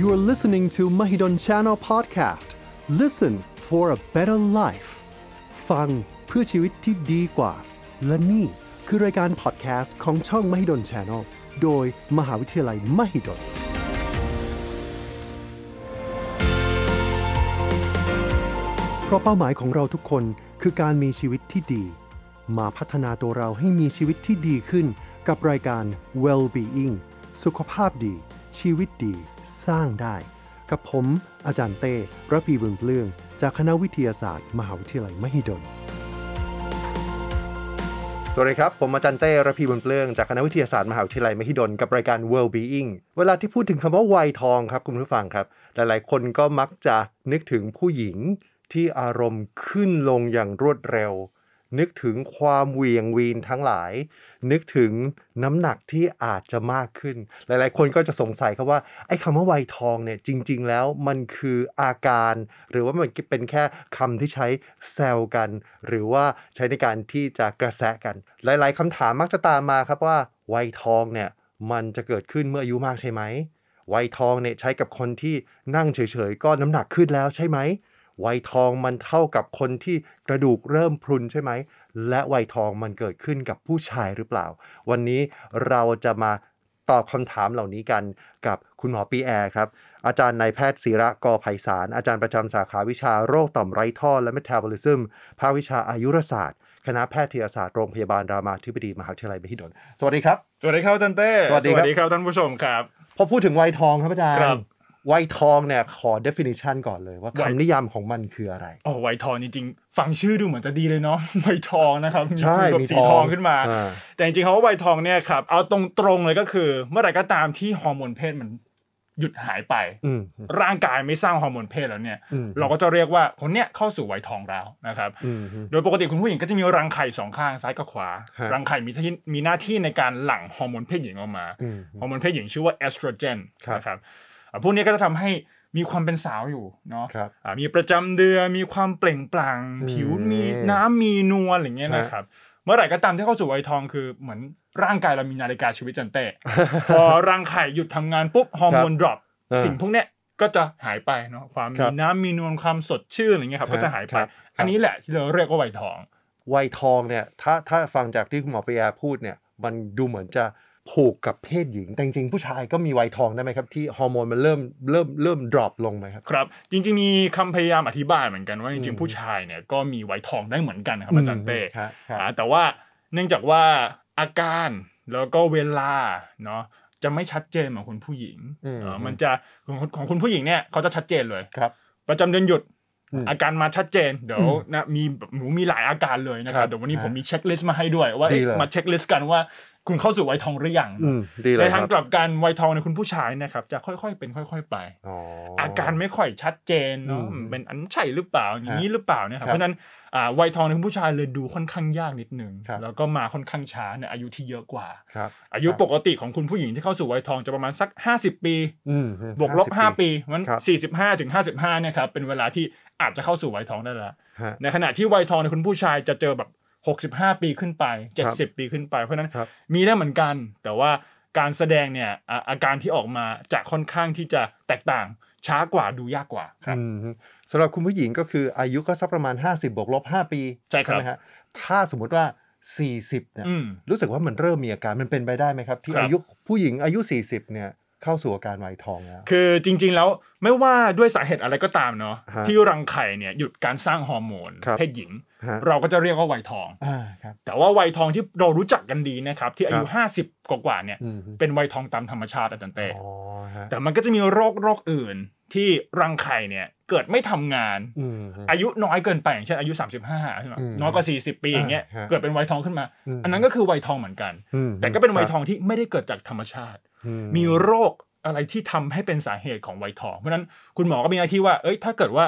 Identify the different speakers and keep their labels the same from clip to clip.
Speaker 1: You are listening to Mahidol Channel Podcast. Listen for a better life. ฟังเพื่อชีวิตที่ดีกว่า และนี่คือรายการ podcast ของช่อง Mahidol Channel โดยมหาวิทยาลัย Mahidol เพราะเป้าหมายของเราทุกคนคือการมีชีวิตที่ดี มาพัฒนาตัวเราให้มีชีวิตที่ดีขึ้น กับรายการ Well-being สุขภาพดี ชีวิตดี สร้างได้ กับผม อาจารย์เต้ระพีบุญเปลือง จากคณะวิทยาศาสตร์ มหาวิทยาลัยมหิดล สวัสดีครับ ผมอาจารย์เต้ระพีบุญเปลือง จากคณะวิทยาศาสตร์มหาวิทยาลัยมหิดลกับรายการ World Being เวลาที่พูดถึงคำว่าวัยทองครับคุณผู้ฟังครับ หลาย ๆ คนก็มักจะนึกถึงผู้หญิงที่อารมณ์ขึ้นลงอย่างรวดเร็ว นึกถึงความเหวียงวีนทั้งหลาย นึกถึงน้ำหนักที่อาจจะมากขึ้น หลายๆ คนก็จะสงสัยครับว่าไอ้คำว่าวัยทองเนี่ยจริง ๆ แล้วมันคืออาการ หรือว่ามันเป็นแค่คำที่ใช้แซวกัน หรือว่าใช้ในการที่จะกระแสะกัน หลายๆคำถามมักจะตามมาครับว่าวัยทองเนี่ยมันจะเกิดขึ้นเมื่ออายุมากใช่ไหม วัยทองเนี่ยใช้กับคนที่นั่งเฉยๆ ก็น้ำหนักขึ้นแล้วใช่ไหม วัยทองมันเท่ากับคนที่กระดูกเริ่มพรุนใช่ไหม และวัยทองมันเกิดขึ้นกับผู้ชายหรือเปล่า วันนี้เราจะมาตอบคำถามเหล่านี้กันกับคุณหมอปีแอร์ครับ อาจารย์นายแพทย์ศิระกอไพศาล อาจารย์ประจำสาขาวิชาโรคต่อมไร้ท่อและ Metabolism ภาควิชาอายุรศาสตร์ คณะแพทยศาสตร์โรงพยาบาลรามาธิบดีมหาวิทยาลัยมหิดล สวัสดีครับ
Speaker 2: สวัสดีครับอาจันเต้
Speaker 1: สวัสดีครับ
Speaker 2: ครับท่านผู้ชมครับ
Speaker 1: พอพูดถึงวัยทองครับอาจาร
Speaker 2: ครับ
Speaker 1: ย์วัยทองเนี่ยขอ definition ก่อนเลยว่า
Speaker 2: วัย
Speaker 1: คำนิยามของมันคืออะไร
Speaker 2: โอ้ไวทองจริงๆ ฟังชื่อดูเหมือนจะดีเลยเนาะ ไวทองนะครับ
Speaker 1: ใช่
Speaker 2: แบบ
Speaker 1: มี
Speaker 2: สี
Speaker 1: ทอง
Speaker 2: ทองขึ้นมา
Speaker 1: อ่า
Speaker 2: แต่จริงๆเขาว่าไวทองเนี่ยครับ เอาตรงๆเลยก็คือ เมื่อไหร่ก็ตามที่ฮอร์โมนเพศมันหยุดหายไป
Speaker 1: อืม
Speaker 2: ร่างกายไม่สร้างฮอร์โมนเพศแล้วเนี่ย
Speaker 1: อืม
Speaker 2: เราก็จะเรียกว่าคนเนี้ยเข้าสู่ไวทองแล้วนะครับ
Speaker 1: อืม
Speaker 2: โดยปกติคุณผู้หญิงก็จะมีรังไข่สองข้างซ้ายกับขวา
Speaker 1: ฮะ
Speaker 2: รังไข่มีที่มีหน้าที่ในการหลั่งฮอร์โมนเพศหญิงออกมา
Speaker 1: อืม
Speaker 2: ฮอร์โมนเพศหญิงชื่อว่าเอสโตรเจน
Speaker 1: ครับ
Speaker 2: นะครับอ่ะพวกนี้ก็จะทำให้มีความเป็นสาวอยู่เนาะ
Speaker 1: ครับ
Speaker 2: อ่ะมีประจำเดือนมีความเปล่งปลั่ง
Speaker 1: อืม
Speaker 2: ผิวมีน้ำมีนวลอะไรเงี้ย
Speaker 1: ฮะ
Speaker 2: นะครับ เมื่อไหร่ก็ตามที่เข้าสู่วัยทองคือเหมือนร่างกายเรามีนาฬิกาชีวิตจัน เตะ พอรังไข่หยุดทำงานปุ๊บฮอร์โมนดรอป
Speaker 1: อ่า
Speaker 2: สิ่งพวกเนี้ยก็จะหายไปเนาะความ
Speaker 1: ครั
Speaker 2: มี
Speaker 1: บ
Speaker 2: น้ำมีนวลความสดชื่นอะไรเงี้ยครับ
Speaker 1: ฮะ
Speaker 2: ก็จะหายไป
Speaker 1: ครับ
Speaker 2: อันนี้แหละที่เราเรียกว่าวัยทอง
Speaker 1: วัยทองเนี่ยถ้าถ้าฟังจากที่คุณหมอปริยาพูดเนี่ย มันดูเหมือนจะผูกกับเพศหญิง แต่จริงๆผู้ชายก็มีวัยทองได้ไหมครับ ที่ฮอร์โมนมันเริ่มเริ่มเริ่มดรอปลงไหมครับ
Speaker 2: ครับจริงๆมีคำพยายามอธิบายเหมือนกันว่าจริ
Speaker 1: อืม
Speaker 2: งๆผู้ชายเนี่ยก็มีไวท์ทองได้เหมือนกันนะครับอาจารย์เป้
Speaker 1: ครับครับ
Speaker 2: อ่าแต่ว่าเนื่องจากว่าอาการแล้วก็เวลาเนาะจะไม่ชัดเจนเหมือนคุณผู้หญิง
Speaker 1: อืม
Speaker 2: เอ่อมันจะของของคุณผู้หญิงเนี่ยเขาจะชัดเจนเลย
Speaker 1: ครับ
Speaker 2: ประจำเดือนหยุด
Speaker 1: อืม
Speaker 2: อาการมาชัดเจนเดี๋ยว
Speaker 1: อืม
Speaker 2: นะมีแบบหนูมีหลายอาการเลยนะค
Speaker 1: ครั
Speaker 2: รับบ เดี๋ยววันนี้
Speaker 1: ฮะ
Speaker 2: ผมมีเช็คลิสต์มาให้ด้วยว่า
Speaker 1: ดี
Speaker 2: เอ๊ะ
Speaker 1: เลย
Speaker 2: มาเช็คลิสต์กันว่าคุณเข้าสู่ไวท์ทองหรือยัง
Speaker 1: อืมดีเล
Speaker 2: ใน
Speaker 1: ยค
Speaker 2: ทา
Speaker 1: รั
Speaker 2: ง
Speaker 1: บ
Speaker 2: กลับกันไวท์ทองในคุณผู้ชายเนะครับจะค่อยๆเป็นค่อย ๆ ไป
Speaker 1: อ๋ออ
Speaker 2: อาการไม่ค่อยชัดเจนเนาะ
Speaker 1: อืม
Speaker 2: เป็นอันใช่หรือเปล่าอย่างนี้หรือเปล่าเนี่ยครับ
Speaker 1: ครับ
Speaker 2: เพราะฉะนั้นอ่าวัยทองในผู้ชายเลยดูค่อนข้างยากนิดนึง
Speaker 1: ครับ
Speaker 2: แล้วก็มาค่อนข้างช้าในอายุที่เยอะกว่า
Speaker 1: ครับ
Speaker 2: อายุ
Speaker 1: ครับ
Speaker 2: ปกติของคุณผู้หญิงที่เข้าสู่วัยทองจะประมาณสัก 50 ปี
Speaker 1: อืม
Speaker 2: บวกลบ5 ปีมัน
Speaker 1: ครับ
Speaker 2: 45ถึง55เนี่ยครับเป็นเวลาที่อาจจะเข้าสู่วัยทองได้แล้ว
Speaker 1: ฮะ
Speaker 2: ในขณะที่วัยทองในคุณผู้ชายจะเจอแบบ 65 ปีขึ้นไป 70 ปีขึ้นไปเพราะฉะนั้น
Speaker 1: ครับ
Speaker 2: มีได้เหมือนกัน แต่ว่าการแสดงเนี่ยอ่าอาการที่ออกมาจะค่อนข้างที่จะแตกต่างช้ากว่าดูยากกว่าครับ
Speaker 1: อืมสำหรับคุณผู้หญิงก็คืออายุก็สักประมาณ 50บวกลบ5ปี
Speaker 2: ใช่ครับ
Speaker 1: ไหมฮะถ้าสมมุติว่า 40เนี่ย
Speaker 2: อืม
Speaker 1: รู้สึกว่ามันเริ่มมีอาการมันเป็นไปได้ไหมครับ ที่
Speaker 2: ครับ
Speaker 1: อายุผู้หญิงอายุ 40เนี่ยเข้าสู่อาการวัยทองแล้ว
Speaker 2: คือจริงๆแล้วไม่ว่าด้วยสาเหตุอะไรก็ตามเนาะ
Speaker 1: ฮะ
Speaker 2: ที่รังไข่เนี่ยหยุดการสร้างฮอร์โมน
Speaker 1: ครับ
Speaker 2: เพศหญิง
Speaker 1: ฮะ
Speaker 2: เราก็จะเรียกว่าวัยทอง
Speaker 1: อ่าครับ
Speaker 2: แต่ว่าวัยทองที่เรารู้จักกันดีนะครับที่อา
Speaker 1: ค
Speaker 2: ยุ
Speaker 1: รับ
Speaker 2: 50 กว่าๆเนี่ย
Speaker 1: อืม
Speaker 2: เป็นวัยทองตามธรรมชาติอาจารย์เต้
Speaker 1: อ๋อฮะ
Speaker 2: แต่มันก็จะมีโรคโรคอื่นที่รังไข่เนี่ยเกิดไม่ทำงาน
Speaker 1: อืม
Speaker 2: อายุน้อยเกินไปอย่างเช่นอายุ 35ใช่ไหม
Speaker 1: อืม
Speaker 2: น้อยกว่า40 ปีอย่างเงี้ย
Speaker 1: อ่าฮะ
Speaker 2: เกิดเป็นวัยทองขึ้นมา
Speaker 1: อืม
Speaker 2: อันนั้นก็คือวัยทองเหมือนกัน
Speaker 1: อืม
Speaker 2: แต่ก็เป็นวั
Speaker 1: ค
Speaker 2: ย
Speaker 1: รับ
Speaker 2: ทองที่ไม่ได้เกิดจากธรรมชาติ
Speaker 1: อื
Speaker 2: มีโรคอะไรที่ทำให้เป็นสาเหตุของไวยทอง เพราะฉะนั้นคุณหมอก็มีหน้าที่ว่า เอ้ย ถ้าเกิดว่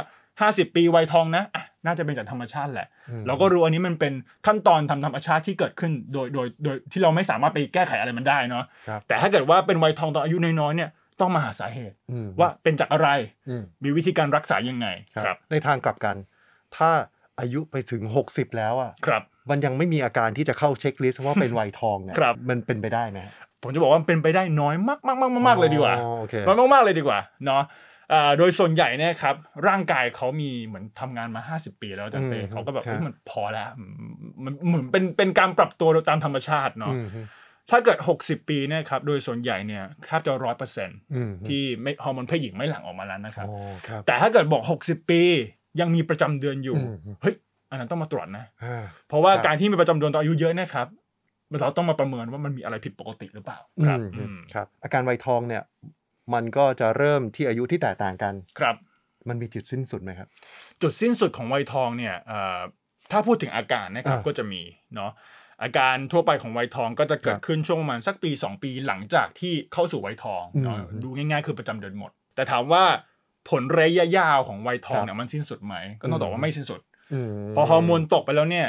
Speaker 2: า 50 ปีไวยทองนะอ่ะน่าจะเป็นจากธรรมชาติแหละ
Speaker 1: อืม
Speaker 2: เราก็รู้อันนี้มันเป็นขั้นตอนทำธรรมชาติที่เกิดขึ้นโดยโดยโดยที่เราไม่สามารถไปแก้ไขอะไรมันได้เนาะ
Speaker 1: ครับ
Speaker 2: แต่ถ้าเกิดว่าเป็นไวยทองตอนอายุน้อยๆเนี่ย ต้องมาหาสาเหตุ
Speaker 1: อืม
Speaker 2: ว่าเป็นจากอะไร
Speaker 1: อืม
Speaker 2: มีวิธีการรักษายังไง
Speaker 1: ครับในทางกลับกัน ถ้าอายุไปถึง 60 แล้วอ่ะ
Speaker 2: ครับ
Speaker 1: มันยังไม่มีอาการที่จะเข้าเช็คลิสต์ว่าเป็นวัยทองเนี่ย
Speaker 2: ครับ
Speaker 1: มันเป็นไปได้ไหมฮะ
Speaker 2: ผมจะบอกว่ามันเป็นไปได้น้อยมากมากมากมากๆเลยดีกว่า
Speaker 1: อ๋อโอเค
Speaker 2: น้อยมากๆเลยดีกว่าเนาะเอ่อโดยส่วนใหญ่เนี่ยครับ ร่างกายเขามีเหมือนทำงานมา 50 ปีแล้วอาจันเต้
Speaker 1: อืม
Speaker 2: เขาก็แบบ
Speaker 1: ครับ
Speaker 2: เฮ้ยมันพอแล้วมันมันเหมือนเป็นเป็นการปรับตัวโดยตามธรรมชาติเนาะ
Speaker 1: อืม
Speaker 2: ถ้าเกิด 60 ปีเนี่ยครับโดยส่วนใหญ่เนี่ยแทบจะร้อยเปอร์เซ็นต์
Speaker 1: อืม
Speaker 2: ที่ไม่ฮอร์โมนเพศหญิงไม่หลั่งออกมาแล้วนะครับ
Speaker 1: อ๋อครับ
Speaker 2: แต่ถ้าเกิดบอก 60 ปียังมีประจำเดือนอยู่
Speaker 1: อืม
Speaker 2: เฮ้ยอันนั้นต้องมาตรวจนะ
Speaker 1: อ่า
Speaker 2: เพราะว่า
Speaker 1: ครับ
Speaker 2: การที่มีประจำเดือนตอนอายุเยอะเนะครับเราต้องมาประเมินว่ามันมีอะไรผิดปกติหรือเปล่าครับ
Speaker 1: อืม
Speaker 2: อืม
Speaker 1: ครับ อาการไวยทองเนี่ย มันก็จะเริ่มที่อายุที่แตกต่างกัน
Speaker 2: ครับ
Speaker 1: มันมีจุดสิ้นสุดไหมครับ
Speaker 2: จุดสิ้นสุดของไวยทองเนี่ยเอ่อถ้าพูดถึงอาการนะครับ
Speaker 1: อ่า
Speaker 2: ก็จะมีเนาะอาการทั่วไปของไวยทองก็จะ
Speaker 1: ค
Speaker 2: เกิด
Speaker 1: รับ
Speaker 2: ขึ้นช่วงประมาณสักปี 2 ปีหลังจากที่เข้าสู่ไวยทองเนาะ
Speaker 1: อืม
Speaker 2: ดูง่ายๆ คือประจำเดือนหมด แต่ถามว่าผลระยะยาวของไวยทองเนี่ยมันสิ้นสุดไหมก็ต้องตอบ
Speaker 1: อื
Speaker 2: ว่าม ไม่สิ้นสุด
Speaker 1: อืม
Speaker 2: พอฮอร์โมนตกไปแล้วเนี่ย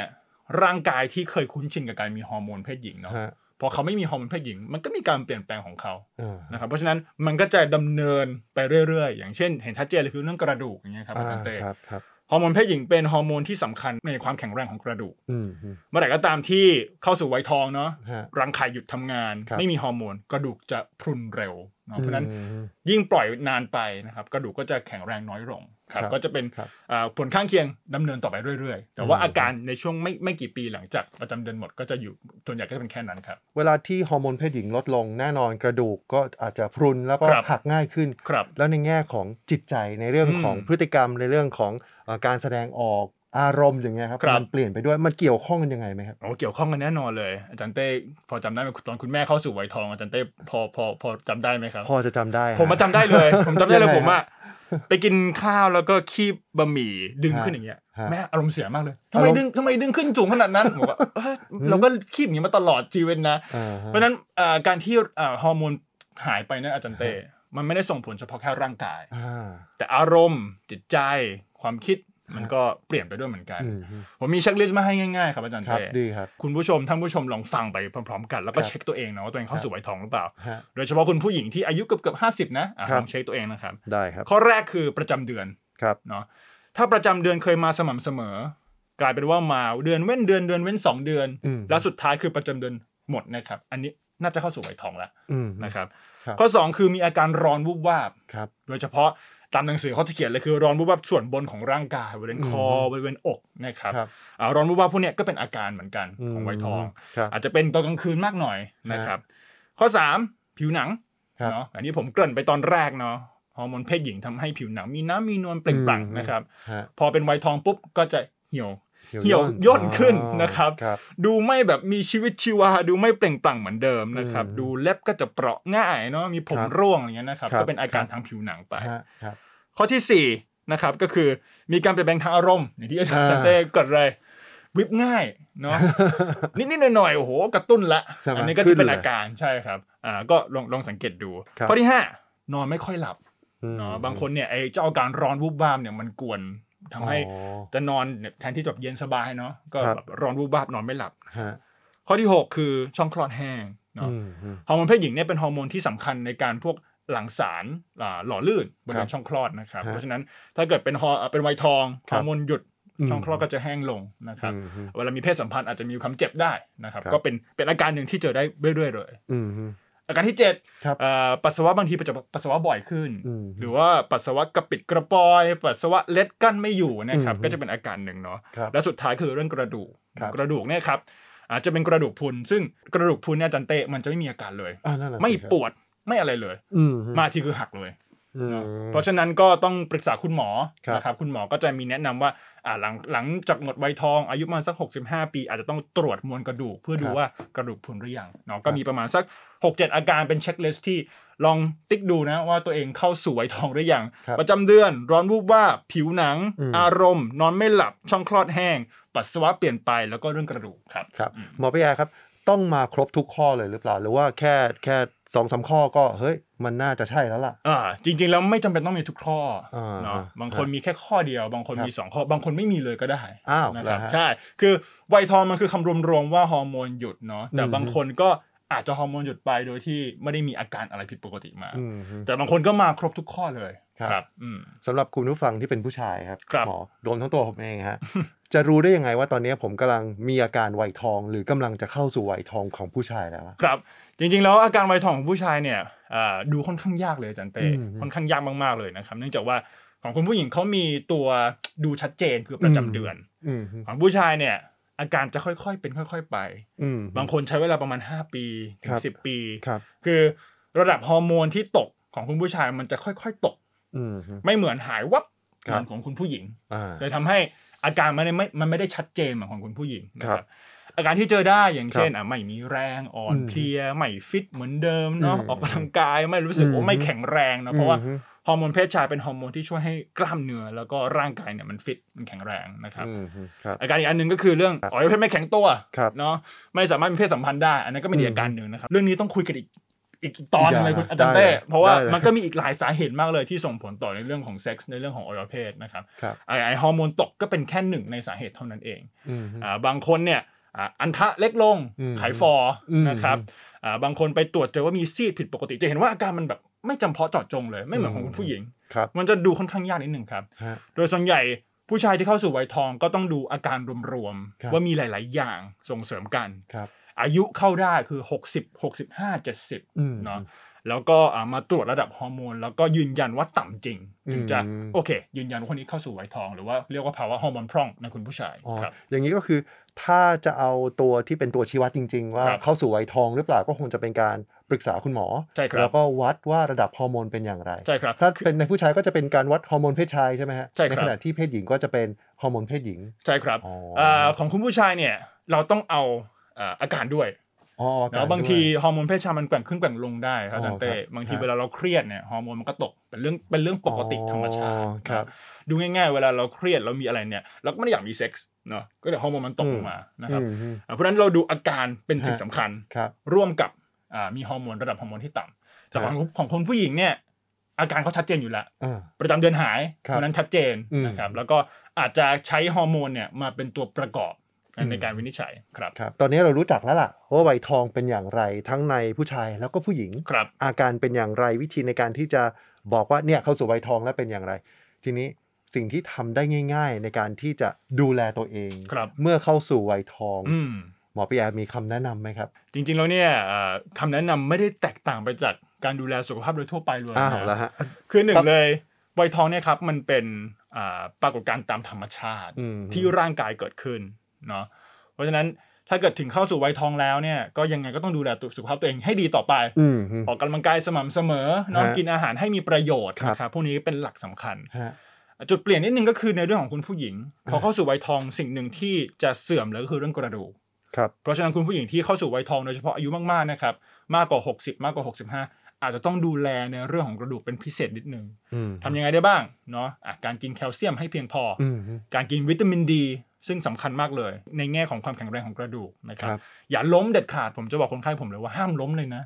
Speaker 2: ร่างกายที่เคยคุ้นชินกับการมีฮอร์โมนเพศหญิงเนาะ
Speaker 1: ฮะ
Speaker 2: พอเขาไม่มีฮอร์โมนเพศหญิง มันก็มีการเปลี่ยนแปลงของเขา
Speaker 1: อ่า
Speaker 2: นะครับเพราะฉะนั้นมันก็จะดำเนินไปเรื่อยๆ อย่างเช่น เห็นชัดเจนเลยคือเรื่องกระดูกอย่างเงี้ยครับอาจารย์เต้
Speaker 1: อ่าครับครับ
Speaker 2: ฮอร์โมนเพศหญิงเป็นฮอร์โมนที่สำคัญในความแข็งแรงของกระดูก
Speaker 1: อืมอืม
Speaker 2: เมื่อไหร่ก็ตามที่เข้าสู่วัยทองเนาะ
Speaker 1: ฮะ
Speaker 2: รังไข่หยุดทำงาน
Speaker 1: ครับ
Speaker 2: ไม่มีฮอร์โมนกระดูกจะพรุนเร็วเนาะเพราะฉะนั้น
Speaker 1: อืม
Speaker 2: ยิ่งปล่อยนานไปนะครับกระดูกก็จะแข็งแรงน้อยลงครับ
Speaker 1: ครับ
Speaker 2: ก็จะเป็น
Speaker 1: ครับ
Speaker 2: เอ่อผลข้างเคียงดำเนินต่อไปเรื่อยๆ แต่ว่า
Speaker 1: อืม
Speaker 2: อาการในช่วงไม่ไม่กี่ปีหลังจากประจำเดือนหมดก็จะอยู่ส่วนใหญ่ก็จะเป็นแค่นั้นครับ
Speaker 1: เวลาที่ฮอร์โมนเพศหญิงลดลงแน่นอนกระดูกก็อาจจะพรุนแล้วก็
Speaker 2: ครับ
Speaker 1: หักง่ายขึ้น
Speaker 2: ครับ
Speaker 1: แล้วในแง่ของจิตใจในเรื่อง
Speaker 2: อืม
Speaker 1: ของพฤติกรรมในเรื่องของเอ่อการแสดงออกอารมณ์อย่างเงี้ยครับ
Speaker 2: ครับ
Speaker 1: มันเปลี่ยนไปด้วยมันเกี่ยวข้องกันยังไงไหมครับ
Speaker 2: โอ้เกี่ยวข้องกันแน่นอนเลย อาจารย์เต้พอจำได้ไหมตอนคุณแม่เข้าสู่วัยทองอาจารย์เต้พอพอพอจำได้ไหมครับ
Speaker 1: พอจะจำได้ฮะ
Speaker 2: ผมมาจำได้ เลย ผมจำได้เลย
Speaker 1: ยังไงฮะ
Speaker 2: ผมอะไปกินข้าวแล้วก็คีบบะหมี่ดึงขึ้นอย่างเงี้ย
Speaker 1: ฮะ
Speaker 2: แม่อารมณ์เสียมากเลยทำ
Speaker 1: อาร
Speaker 2: ไม
Speaker 1: มณ์
Speaker 2: ดึงทำไมดึงขึ้นสูงขนาดนั้นผมว่าเอ้ยเราก็คีบอย่างนี้มาตลอดชีวิตนะ
Speaker 1: อ่าฮะ
Speaker 2: เพราะฉะนั้นเอ่อการที่เอ่อฮอร์โมนหายไปเนะอาจารย์เต้มันไม่ได้ส่งผลเฉพาะแค่ร่างกาย
Speaker 1: อ่า
Speaker 2: แต่อารมณ์จิตใจความคิดมัน
Speaker 1: ฮะ
Speaker 2: ก็เปลี่ยนไปด้วยเหมือนกัน
Speaker 1: อืม
Speaker 2: ผมมีเช็คลิสต์มาให้ง่ายๆครับอาจารย์
Speaker 1: ครับ
Speaker 2: เต้
Speaker 1: ดีครับ
Speaker 2: คุณผู้ชมท่านผู้ชมลองฟังไปพร้อมๆกันแล้วก็
Speaker 1: ครับ
Speaker 2: เช็คตัวเองนะว่าตัวเอ
Speaker 1: ค
Speaker 2: งเข้า
Speaker 1: รับ
Speaker 2: สู่วัยทองหรือเปล่า
Speaker 1: ฮะ
Speaker 2: โดยเฉพาะคุณผู้หญิงที่อายุเกือบเกือบห้าสิบนะอ่ะ
Speaker 1: ครั
Speaker 2: ล
Speaker 1: บ
Speaker 2: องเช็คตัวเองนะครับ
Speaker 1: ได้ครับ
Speaker 2: ข้อแรกคือประจำเดือน
Speaker 1: ครับ
Speaker 2: เนาะถ้าประจำเดือนเคยมาสม่ำเสมอ กลายเป็นว่ามาเดือนเว้นเดือนเดือนเว้นสองเดือน
Speaker 1: อืม
Speaker 2: แล้วสุดท้ายคือประจำเดือนหมดนะครับ อันนี้น่าจะเข้าสู่วัยทองแล้ว
Speaker 1: อืม
Speaker 2: นะครับ
Speaker 1: ครับ
Speaker 2: ข้อสองคือมีอาการร้อนวูบวาบ
Speaker 1: ครับ
Speaker 2: โดยเฉพาะตามหนังสือเขาจะเขียนเลยคือร้อนวูบวาบส่วนบนของร่างกายบริเวณคอ
Speaker 1: อืม
Speaker 2: บริเวณอกนะครับ
Speaker 1: ครับ
Speaker 2: อ่าร้อนวูบวาบพวกเนี้ยก็เป็นอาการเหมือนกันของวัยทอง
Speaker 1: ครับ
Speaker 2: อาจจะเป็นตอนกลางคืนมากหน่อยนะครับ ข้อ 3 ผิวหนัง
Speaker 1: ครับ
Speaker 2: เนาะอันนี้ผมเกริ่นไปตอนแรกเนาะฮอร์โมนเพศหญิงทำให้ผิวหนังมีน้ำมีนวลเปล่งปลั่ง
Speaker 1: อืม
Speaker 2: นะครับ
Speaker 1: ฮะ
Speaker 2: พอเป็นวัยทองปุ๊บก็จะเหี่ยว เหี่ยวย่นขึ้นนะครับ
Speaker 1: ครับ
Speaker 2: ดูไม่แบบมีชีวิตชีวา ดูไม่เปล่งปลั่งเหมือนเดิมนะครับ
Speaker 1: อืม
Speaker 2: ดูเล็บก็จะเปราะง่ายเนาะมีผม
Speaker 1: ครับ
Speaker 2: ร่วงอย่างเงี้ยนะครับ
Speaker 1: ครับ
Speaker 2: ก็เป็นอาการ
Speaker 1: ครับ
Speaker 2: ทางผิวหนังไป
Speaker 1: ฮะครับ
Speaker 2: ข้อที่ 4 นะครับก็คือมีการเปลี่ยนแปลงทางอารมณ์อย่างที่อาจารย์
Speaker 1: อ่า
Speaker 2: ชันเต้เกดเลยวิบง่าย เนาะ นิดๆหน่อยๆโอ้โหกระตุ้นละ
Speaker 1: ใช่ไหม
Speaker 2: อันนี้ก็
Speaker 1: ขึ้
Speaker 2: จะ
Speaker 1: น
Speaker 2: เป็น
Speaker 1: เลย
Speaker 2: อาการใช่ครับอ่าก็ลองลองสังเกตดู
Speaker 1: ครับ
Speaker 2: ข้อที่ 5 นอนไม่ค่อยหลับ
Speaker 1: อืม
Speaker 2: เนาะบางคนเนี่ยไอ้เจ้าอาการร้อนวูบวาบเนี่ยมันกวนทำให้
Speaker 1: อ๋อ
Speaker 2: จะนอนเนี่ยแทนที่จะแบบเย็นสบายเนาะก็
Speaker 1: ครับ
Speaker 2: แบบร้อนวูบวาบนอนไม่หลับ
Speaker 1: ฮะ
Speaker 2: ข้อที่ 6 คือช่องคลอดแห้งเนาะ
Speaker 1: อืมอืม
Speaker 2: ฮอร์โมนเพศหญิงเนี่ยเป็นฮอร์โมนที่สำคัญในการพวกหลั่งสารอ่าหล่อลื่นบริเว
Speaker 1: ครั
Speaker 2: ณ
Speaker 1: บ
Speaker 2: ช่องคลอดนะครับ
Speaker 1: ฮะ
Speaker 2: เพราะฉะนั้นถ้าเกิดเป็นฮอร์เป็นไวยทอง
Speaker 1: ค
Speaker 2: ฮ
Speaker 1: รับ
Speaker 2: อร์โมนหยุดช่องคลอดก็จะแห้งลงนะครับ
Speaker 1: อืมอืม
Speaker 2: เวลามีเพศสัมพันธ์อาจจะมีความเจ็บได้นะครับ
Speaker 1: ครับ
Speaker 2: ก็เป็นเป็นอาการหนึ่งที่เจอได้เรื่อยๆเลย
Speaker 1: อืมอืม
Speaker 2: อาการที่เจ็ด
Speaker 1: ครับ
Speaker 2: เอ่อปัสสาวะบางทีปัสสาวะปัสสาวะบ่อยขึ้น
Speaker 1: อืม
Speaker 2: หรือว่าปัสสาวะกระปิดกระปอย ปัสสาวะเล็ดกั้นไม่อยู่นะครับ
Speaker 1: อืม
Speaker 2: ก็จะเป็นอาการหนึ่งเนาะ
Speaker 1: ครับ
Speaker 2: และสุดท้ายคือเรื่องกระดูก
Speaker 1: ครับ
Speaker 2: กระดูกเนี่ยครับอาจจะเป็นกระดูกพรุนซึ่งกระดูกพรุนเนี่ยอาจันเตะมันจะไม่มีอาการเลย
Speaker 1: อ่านั่นแหละ
Speaker 2: ไม่
Speaker 1: สิครับ
Speaker 2: ปวดไม่อะไรเลย
Speaker 1: อืม
Speaker 2: มาทีคือหักเลย
Speaker 1: อืม
Speaker 2: เพราะฉะนั้นก็ต้องปรึกษาคุณหมอ
Speaker 1: ครับ
Speaker 2: นะครับคุณหมอก็จะมีแนะนำว่าอ่าหลังหลังจากหมดวัยทองอายุประมาณสัก 65 ปี อาจจะต้องตรวจมวลกระดูก เพื่อ
Speaker 1: ค
Speaker 2: ดู
Speaker 1: รับ
Speaker 2: ว่ากระดูกพรุนหรือยังเนาะ
Speaker 1: ค
Speaker 2: ก็
Speaker 1: รับ
Speaker 2: มีประมาณสัก 6-7 อาการเป็นเช็คลิสที่ลองติ๊กดูนะว่าตัวเองเข้าสู่วัยทองหรือยัง
Speaker 1: ครับ
Speaker 2: ประจำเดือนร้อนวูบว่าบผิวหนัง
Speaker 1: อืม
Speaker 2: อารมณ์ นอนไม่หลับช่องคลอดแห้ง ปัสสาวะเปลี่ยนไปแล้วก็เรื่องกระดูกครับ
Speaker 1: ครับหมอปิยาครับ ต้องมาครบทุกข้อเลยหรือเปล่า หรือว่าแค่แค่สองสามข้อก็เฮ้ย มันน่าจะใช่แล้วล่ะ
Speaker 2: อ่าจริงๆแล้วไม่จำเป็นต้องมีทุกข้ออา เนาะบาง
Speaker 1: ครับ
Speaker 2: คนมีแค่ข้อเดียว บางคน
Speaker 1: ครับ
Speaker 2: มีสองข้อบางคนไม่มีเลยก็ได้
Speaker 1: อ้าว
Speaker 2: นะครับ
Speaker 1: เหรอฮะ
Speaker 2: ใช่คือไวยทองมันคือคำรวมๆว่าฮอร์โมนหยุดเนาะแต่
Speaker 1: อืม
Speaker 2: บางคนก็อาจจะฮอร์โมนหยุดไปโดยที่ไม่ได้มีอาการอะไรผิดปกติมา
Speaker 1: อืม
Speaker 2: แต่บางคนก็มาครบทุกข้อเลย
Speaker 1: ครับ
Speaker 2: อืม
Speaker 1: สำหรับคุณผู้ฟังที่เป็นผู้ชายครับ
Speaker 2: ครับ
Speaker 1: หมอรวมทั้งตัวผมเองฮะ จะรู้ได้ยังไงว่าตอนนี้ผมกำลังมีอาการวัยทอง หรือกำลังจะเข้าสู่วัยทองของผู้ชายแล้วอะ
Speaker 2: ครับ จริงๆ แล้วอาการไวทองของผู้ชายเนี่ยอ่าดูค่อนข้างยากเลยอาจารย์เต้
Speaker 1: อืม
Speaker 2: ค่อนข้างยากมากๆเลยนะครับ เนื่องจากว่าของคุณผู้หญิงเขามีตัวดูชัดเจนคือประจำ
Speaker 1: อืม
Speaker 2: เดือน
Speaker 1: อืม
Speaker 2: ของผู้ชายเนี่ย อาการจะค่อยๆเป็นค่อย ๆ ไป
Speaker 1: อืม
Speaker 2: บางคนใช้เวลาประมาณ 5 ปีถึ
Speaker 1: ครั
Speaker 2: ง
Speaker 1: บ
Speaker 2: สิบปี
Speaker 1: ครับ
Speaker 2: คือระดับฮอร์โมนที่ตกของคุณผู้ชายมันจะค่อยๆตก
Speaker 1: อืม
Speaker 2: ไม่เหมือนหายวับ
Speaker 1: ค
Speaker 2: เห
Speaker 1: รับ
Speaker 2: มือนของคุณผู้หญิง
Speaker 1: อ่า
Speaker 2: เลยทำให้อาการมันไม่มันไม่ได้ชัดเจนเหมือนของคุณผู้หญิงนะค
Speaker 1: ครั
Speaker 2: รั
Speaker 1: บบ
Speaker 2: อาการที่เจอได้อย่าง
Speaker 1: ครับ
Speaker 2: เช่นอ่ะไม่มีแรงอ่อน
Speaker 1: อืม
Speaker 2: เพลียไม่ฟิตเหมือนเดิมเนาะ
Speaker 1: อืม
Speaker 2: ออกกำลังกายไม่รู้สึก
Speaker 1: อืม
Speaker 2: ว่าไม่แข็งแรงเนอะเพราะว่า
Speaker 1: อืม
Speaker 2: ฮอร์โมนเพศชายเป็นฮอร์โมนที่ช่วยให้กล้ามเนื้อแล้วก็ร่างกายเนี่ยมันฟิตมันแข็งแรงนะครับ
Speaker 1: อืมครับ
Speaker 2: อาการอีกอันหนึ่งก็คือเรื่องอ๋อยเพศไม่แข็งตัว
Speaker 1: ครับ
Speaker 2: เนาะไม่สามารถมีเพศสัมพันธ์ได้ อันนั้นก็เป็นอีกอาการหนึ่งนะครับ เรื่องนี้ต้องคุยกันอีกอีกอีกตอนหนึ่งเลยคุณอาจารย์
Speaker 1: ได้
Speaker 2: เต้
Speaker 1: เลย
Speaker 2: เพราะว่า
Speaker 1: ได้เลย
Speaker 2: มันก็มีอีกหลายสาเหตุมากเลยที่ส่งผลต่อในเรื่องของเซ็กส์ในเรื่องของอวัยวะเพศนะครับ
Speaker 1: ครับ
Speaker 2: ไอไอฮอร์โมนตกก็เป็นแค่หนึ่งในสาเหตุเท่านั้นเอง
Speaker 1: อืม
Speaker 2: อ่าบางคนเนี่ยอ่าอันทะเล็กลง
Speaker 1: อืม
Speaker 2: ไขฟอ
Speaker 1: อืม
Speaker 2: นะครับอ่าบางคนไปตรวจเจอว่ามีซีดผิดปกติจะเห็นว่าอาการมันแบบไม่จำเพาะเจาะจงเลยไม่เหมือนของ
Speaker 1: อืม
Speaker 2: คุณผู้หญิง
Speaker 1: ครับ
Speaker 2: มันจะดูค่อนข้างยากนิดหนึ่งครับ
Speaker 1: ฮะ
Speaker 2: โดยส่วนใหญ่ผู้ชายที่เข้าสู่วัยทองก็ต้องดูอาการรวม
Speaker 1: ครับ
Speaker 2: ๆว่ามีหลาย ๆ อย่างส่งเสริมกัน
Speaker 1: ครับ
Speaker 2: อายุเข้าได้คือ 60 65 70
Speaker 1: อืม
Speaker 2: เนาะแล้วก็อ่ามาตรวจระดับฮอร์โมน แล้วก็ยืนยันว่าต่ำจริงถึงจะ
Speaker 1: อืม
Speaker 2: โอเค ยืนยันว่าคนนี้เข้าสู่วัยทอง หรือว่าเรียกว่าภาวะฮอร์โมนพร่องในคุณผู้ชาย
Speaker 1: อ๋อ
Speaker 2: ครับ
Speaker 1: อย่างนี้ก็คือถ้าจะเอาตัวที่เป็นตัวชี้วัดจริง ๆ ว่า
Speaker 2: ครับ
Speaker 1: เข้าสู่วัยทองหรือเปล่าก็คงจะเป็นการปรึกษาคุณหมอ
Speaker 2: ใช่ครับ
Speaker 1: แล้วก็วัดว่าระดับฮอร์โมนเป็นอย่างไร
Speaker 2: ใช่ครับ
Speaker 1: ถ้าเป็นในผู้ชายก็จะเป็นการวัดฮอร์โมนเพศชายใช่ไหมฮะ
Speaker 2: ใช่ครับ
Speaker 1: นขณะที่เพศหญิงก็จะเป็นฮอร์โมนเพศหญิง
Speaker 2: ใช่ครับ
Speaker 1: อ๋อ
Speaker 2: เอ่อของคุณผู้ชายเนี่ยเราต้องเอาอ่าอาการด้วย
Speaker 1: อ๋ออกร
Speaker 2: แล้วบางที
Speaker 1: ด้วย
Speaker 2: ฮอร์โมนเพศชายมันแกว่งขึ้นแกว่งลงได้ครับอาจารย์
Speaker 1: อ๋
Speaker 2: เต้
Speaker 1: อครับ
Speaker 2: บางที
Speaker 1: ครับ
Speaker 2: เวลาเราเครียดเนี่ยฮอร์โมนมันก็ตกเป็นเรื่องเป็นเรื่องปกติ
Speaker 1: อ๋อ
Speaker 2: ธรรมชาติ
Speaker 1: ครับ
Speaker 2: นะดูง่ายๆ เวลาเราเครียดเรามีอะไรเนี่ยเราก็ไม่ได้อยากมีเซ็กส์เนาะก็เดี๋ยวฮอร์โมนมันตกลงมานะครับ
Speaker 1: อืมอืม
Speaker 2: อ่ะเพราะฉะนั้นเราดูอาการเป็นสิ่ง
Speaker 1: ฮะ
Speaker 2: สำคัญ
Speaker 1: ครับ
Speaker 2: ร่วมกับอ่ามีฮอร์โมนระดับฮอร์โมนที่ต่ำแต่ของของคนผู้หญิงเนี่ยอาการเขาชัดเจนอยู่แล้ว
Speaker 1: อ่า
Speaker 2: ประจำเดือนหาย
Speaker 1: ครับ
Speaker 2: เพราะฉะนั้นชัดเจน
Speaker 1: อืม
Speaker 2: นะครับแล้วก็อาจจะใช้ฮอร์โมนเนี่ยมาเป็นตัวประกอบในการวินิจฉัยครับ
Speaker 1: ครับ ตอนนี้เรารู้จักแล้วล่ะว่าวัยทองเป็นอย่างไรทั้งในผู้ชายแล้วก็ผู้หญิง
Speaker 2: ครับ
Speaker 1: อาการเป็นอย่างไรวิธีในการที่จะบอกว่าเนี่ยเข้าสู่วัยทองแล้วเป็นอย่างไร ทีนี้สิ่งที่ทำได้ง่าย ๆ ในการที่จะดูแลตัวเอง
Speaker 2: ครับ
Speaker 1: เมื่อเข้าสู่วัยทอง
Speaker 2: อืม
Speaker 1: หมอปิยามีคำแนะนำไหมครับ
Speaker 2: จริงๆ แล้วเนี่ยเอ่อคำแนะนำไม่ได้แตกต่างไปจากการดูแลสุขภาพโดยทั่วไปเลย
Speaker 1: อ้าวแล้
Speaker 2: นะ
Speaker 1: วฮะ
Speaker 2: คือหนึ่
Speaker 1: ครั
Speaker 2: ง
Speaker 1: บ
Speaker 2: เลยวัยทองเนี่ยครับมันเป็นอ่าปรากฏการณ์ตามธรรมชาติ
Speaker 1: อืม
Speaker 2: ที่ร่างกายเกิดขึ้นเนาะเพราะฉะนั้นถ้าเกิดถึงเข้าสู่วัยทองแล้วเนี่ยก็ยังไงก็ต้องดูแลตัวสุขภาพตัวเองให้ดีต่อไป
Speaker 1: อืมอืม
Speaker 2: ออกกำลังกายสม่ำเสมอเนาะ
Speaker 1: ฮะ
Speaker 2: กินอาหารให้มีประโยชน์
Speaker 1: ครับ
Speaker 2: นะครับพวกนี้เป็นหลักสำคัญ
Speaker 1: ฮะ
Speaker 2: จุดเปลี่ยนนิดนึงก็คือในเรื่องของคุณผู้หญิงพอเข้าสู่วัยทองสิ่งหนึ่งที่จะเสื่อมเลยก็คือเรื่องกระดูก
Speaker 1: ครับ
Speaker 2: เพราะฉะนั้นคุณผู้หญิงที่เข้าสู่วัยทองโดยเฉพาะอายุมากๆนะครับมากกว่า 60 มากกว่า 65 อาจจะต้องดูแลในเรื่องของกระดูกเป็นพิเศษนิดนึง
Speaker 1: อืม
Speaker 2: ทำยังไงได้บ้างเนาะอ่ะการกินแคลเซียมให้เพียงพออ
Speaker 1: อืม
Speaker 2: การกินวิตามินดี ซึ่งสำคัญมากเลย ในแง่ของความแข็งแรงของกระดูกนะครับ
Speaker 1: ครับ
Speaker 2: อย่าล้มเด็ดขาดผมจะบอกคนไข้ผมเลยว่าห้ามล้มเลยนะ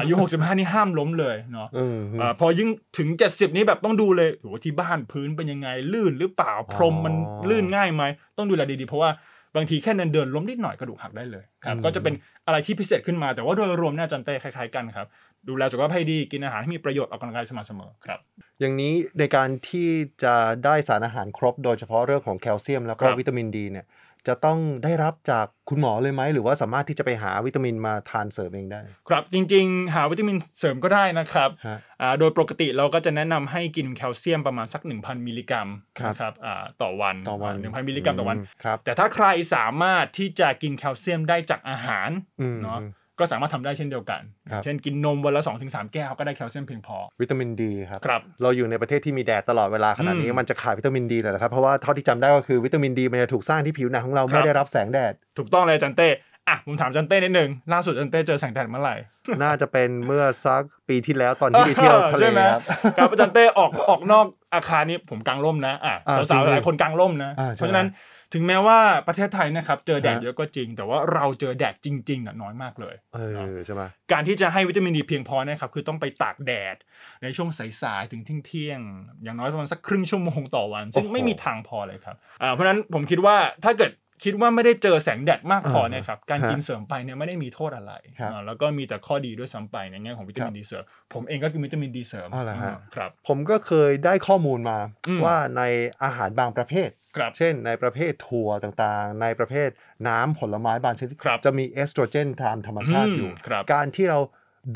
Speaker 2: อายุ 65 นี่ห้ามล้มเลยเนาะ
Speaker 1: อืม
Speaker 2: อ่าพอยิ่งถึง 70 นี่แบบต้องดูเลยโหที่บ้านพื้นเป็นยังไงลื่นหรือเปล่าพรมมัน
Speaker 1: อ๋อ
Speaker 2: ลื่นง่ายไหมต้องดูแลดีๆเพราะว่า บางทีแค่เดินเดินๆล้มนิดหน่อยกระดูกหักได้เลยครับ
Speaker 1: อืม
Speaker 2: ก็จะเป็นอะไรที่พิเศษขึ้นมาแต่ว่าโดยรวมเนี่ยอาจันเต้คล้ายๆกันครับ ดูแลสุขภาพให้ดีกินอาหารให้มีประโยชน์ออกกำลังกายสม่ำเสมอครับ
Speaker 1: อย่างนี้ในการที่จะได้สารอาหารครบ โดยเฉพาะเรื่องของแคลเซียมแล้วก็
Speaker 2: ครับ
Speaker 1: วิตามินดีเนี่ย จะต้องได้รับจากคุณหมอเลยไหมหรือว่าสามารถที่จะไปหาวิตามินมาทานเสริมเองได้
Speaker 2: ครับจริงๆ หาวิตามินเสริมก็ได้นะครับ
Speaker 1: ฮะ
Speaker 2: อ่าโดยปกติเราก็จะแนะนำให้กินแคลเซียมประมาณสัก 1,000 มิลลิกรัม
Speaker 1: ครับ
Speaker 2: นะครับอ่าต่อวัน
Speaker 1: ต่อวัน
Speaker 2: อ่า1,000มิลลิกรัมต่อวัน
Speaker 1: ครับ
Speaker 2: แต่ถ้าใครสามารถที่จะกินแคลเซียมได้จากอาหาร
Speaker 1: อืม
Speaker 2: เนาะ ก็สามารถทำได้เช่นเดียวกัน
Speaker 1: ครับ
Speaker 2: เช่นกินนมวันละ2-3 แก้วก็ได้แคลเซียมเพียงพอ
Speaker 1: วิตามินดีครับ
Speaker 2: ครับ
Speaker 1: เราอยู่ในประเทศที่มีแดดตลอดเวลาขนาดนี้
Speaker 2: อืม
Speaker 1: มันจะขาดวิตามินดีเลยเหรอครับ เพราะว่าเท่าที่จำได้ก็คือวิตามินดีมันจะถูกสร้างที่ผิวหนังของเรา
Speaker 2: ครั
Speaker 1: ไม่
Speaker 2: บ
Speaker 1: ได้รับแสงแด ด
Speaker 2: ถูกต้องเลยอาจันเต้ อ่ะ ผมถามอาจันเต้นิดนึง ล่าสุดอาจันเต้เจอแสงแดดเมื่อไหร่
Speaker 1: น่าจะเป็นเมื่อสักปีที่แล้วตอนที่ไปเที่ยวทะเล
Speaker 2: ใช่ไหม
Speaker 1: ครับ
Speaker 2: ครับอาจันเต้ ออกออกนอกอาคารนี้ผมกางร่มนะ อ่ะ
Speaker 1: อ่า
Speaker 2: สาว
Speaker 1: จริ
Speaker 2: ๆ
Speaker 1: ง
Speaker 2: หลายคนกางร่มนะ
Speaker 1: อ่าใช่
Speaker 2: เพราะฉะนั้นถึงแม้ว่าประเทศไทยนะครับ เจอแดด
Speaker 1: ฮะ
Speaker 2: เยอะก็จริง แต่ว่าเราเจอแดดจริงๆน่ะน้อยมากเลย
Speaker 1: เออใช่ไหม
Speaker 2: การที่จะให้วิตามินดีเพียงพอนะครับคือต้องไปตากแดดในช่วงสายๆถึงเที่ยงๆอย่างน้อยประมาณสักครึ่งชั่วโมงต่อวัน ซึ่ง
Speaker 1: โอ้โห
Speaker 2: ไม่มีทางพอเลยครับอ่าเพราะฉะนั้นผมคิดว่าถ้าเกิดคิดว่าไม่ได้เจอแสงแดดมากพอเนี่ยครับการกินเสริมไปเนี่ยไม่ได้มีโทษอะไร
Speaker 1: ครับ
Speaker 2: อ่าแล้วก็มีแต่ข้อดีด้วยซ้ำไปในแง่ของวิตามินดีเสริมผมเองก็กินวิตามินดีเสริม
Speaker 1: อ๋อเหรอฮะ
Speaker 2: ครับ
Speaker 1: ผมก็เคยได้ข้อมูลมา
Speaker 2: อืม
Speaker 1: ว่าในอาหารบางประเภท
Speaker 2: ครับ
Speaker 1: เช่นในประเภทถั่วต่างๆ ในประเภท น้ำผลไม้บางชนิด
Speaker 2: ครับ
Speaker 1: จะมีเอสโตรเจนตามธรรมชาติอยู่
Speaker 2: มครับ
Speaker 1: การที่เรา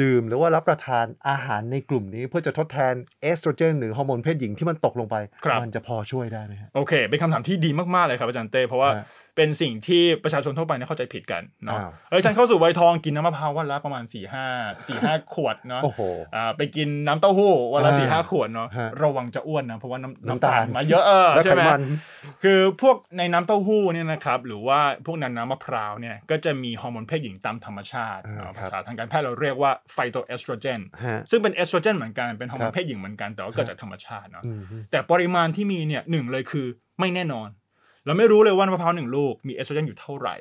Speaker 1: ดื่มหรือว่ารับประทานอาหารในกลุ่มนี้เพื่อจะทดแทนเอสโตรเจนหรือฮอร์โมนเพศหญิงที่มันตกลงไป
Speaker 2: ครับ
Speaker 1: มันจะพอช่วยได้ไหมฮะ
Speaker 2: โอเค เป็นคำถามที่ดีมาก ๆ เลยครับอาจารย์เต้ เพราะว่า
Speaker 1: ฮะ
Speaker 2: เป็นสิ่งที่ประชาชนทั่วไปเนี่ยเข้าใจผิดกันเนาะ
Speaker 1: อ้าว
Speaker 2: เอ้ยฉันเข้าสู่วัยทองกินน้ำมะพร้าววันละประมาณ4ี่ห้าสี่ห้าขวดเนาะ
Speaker 1: โอ้โห
Speaker 2: อ่าไปกินน้ำเต้าหู้วันละ
Speaker 1: อ่า
Speaker 2: สี่ห้าขวดเนาะ
Speaker 1: ฮะ
Speaker 2: ระวังจะอ้วนนะเพราะว่าน้ำ
Speaker 1: น้ำตาล
Speaker 2: มาเยอะเออ
Speaker 1: และ
Speaker 2: ใช่
Speaker 1: ไข
Speaker 2: ไหม
Speaker 1: มัน
Speaker 2: คือพวกในน้ำเต้าหู้เนี่ยนะครับหรือว่าพวกน้ำน้ำมะพร้าวเนี่ยก็จะมีฮอร์โมนเพศหญิงตามธรรมชาติเนาะภาษาทางการแพทย์เราเรียกว่าไฟโตเอสโตรเจน
Speaker 1: ฮะ
Speaker 2: ซึ่งเป็นเอสโตรเจนเหมือนกันเป็นฮอร์โม
Speaker 1: ครั
Speaker 2: น
Speaker 1: บ
Speaker 2: เพศหญิงเหมือนกันแต่ว่าเกิดจากธรรมชาติเนาะ
Speaker 1: อืม
Speaker 2: แต่ปริมาณที่มีเนี่ยหนึ่งเลยคือไม่แน่นอน เราไม่รู้เลยว่ามะพร้าวหนึ่งลูกมีเอสโตรเจนอยู่เท่าไหร่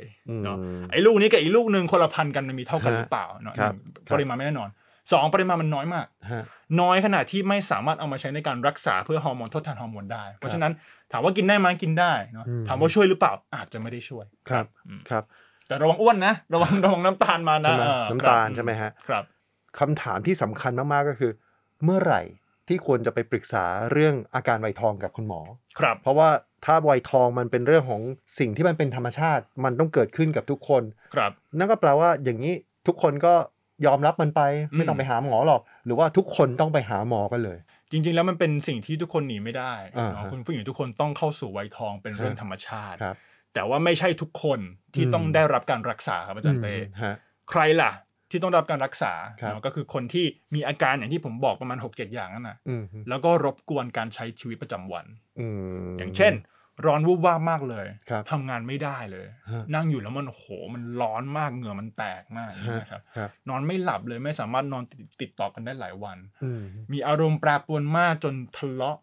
Speaker 2: เนาะ
Speaker 1: อืม
Speaker 2: ไอ้ลูกนี้กับอีกลูกหนึ่งคนละพันกันมันมีเท่ากันหรือเปล่าเนาะ
Speaker 1: ครับ
Speaker 2: หนึ่ง
Speaker 1: ครับ
Speaker 2: ปริมาณไม่แน่นอนสองปริมาณมันน้อยมาก
Speaker 1: ฮะ
Speaker 2: น้อยขนาดที่ไม่สามารถเอามาใช้ในการรักษาเพื่อฮอร์โมนทดแทนฮอร์โมนได้ เพราะฉะนั้นถามว่ากินได้ไหมกินได้เนาะ
Speaker 1: อืม
Speaker 2: ถามว่าช่วยหรือเปล่าอาจจะไม่ได้ช่วย
Speaker 1: ครับ
Speaker 2: อืม
Speaker 1: ครับ
Speaker 2: แต่ระวังอ้วนนะ ระวังระวังน้ำตาลมานะ
Speaker 1: ใช่ไหม
Speaker 2: เออ
Speaker 1: น้ำ
Speaker 2: ครับ
Speaker 1: ตาลใช่ไหมฮะ
Speaker 2: ครับ
Speaker 1: คำถามที่สำคัญมาก ๆ ก็คือ เมื่อไหร่ที่ควรจะไปปรึกษาเรื่องอาการไวยทองกับคุณหมอ
Speaker 2: ครับ
Speaker 1: เพราะว่าถ้าไวยทองมันเป็นเรื่องของสิ่งที่มันเป็นธรรมชาติ มันต้องเกิดขึ้นกับทุกคน
Speaker 2: ครับ
Speaker 1: นั่นก็แปลว่าอย่างนี้ทุกคนก็ยอมรับมันไป ไม่ต้องไปหาหมอหรอก หรือว่าทุกคนต้องไปหาหมอกันเลย
Speaker 2: จริงๆ แล้วมันเป็นสิ่งที่ทุกคนหนีไม่ได้
Speaker 1: อ่า
Speaker 2: เนาะ
Speaker 1: ฮะ
Speaker 2: คุณผู้หญิงทุกคนต้องเข้าสู่วัยทองเป็นเรื่อง
Speaker 1: ฮะ
Speaker 2: ธรรมชาติ
Speaker 1: ครับ
Speaker 2: แต่ว่าไม่ใช่ทุกคนที่
Speaker 1: อืม
Speaker 2: ต้องได้รับการรักษาครับอาจารย์เต้
Speaker 1: ฮะ
Speaker 2: ใครล่ะที่ต้องได้รับการรักษา
Speaker 1: ครับ
Speaker 2: เนาะก็คือคนที่มีอาการอย่างที่ผมบอกประมาณ 6-7 อย่างนั่นนะ
Speaker 1: อืม
Speaker 2: แล้วก็รบกวนการใช้ชีวิตประจำวัน
Speaker 1: อืม
Speaker 2: อย่างเช่น ร้อนวูบวาบมากเลย
Speaker 1: ครับ
Speaker 2: ทำงานไม่ได้เลย
Speaker 1: ฮะ
Speaker 2: นั่งอยู่แล้วมันโอ้โหมันร้อนมากเหงื่อมันแตกมากอย่างเงี้ยนะครับ
Speaker 1: ครับ
Speaker 2: นอนไม่หลับเลยไม่สามารถนอนติดติดต่อกันได้หลายวัน
Speaker 1: อืม
Speaker 2: มีอารมณ์แปรปรวนมากจนทะเลาะ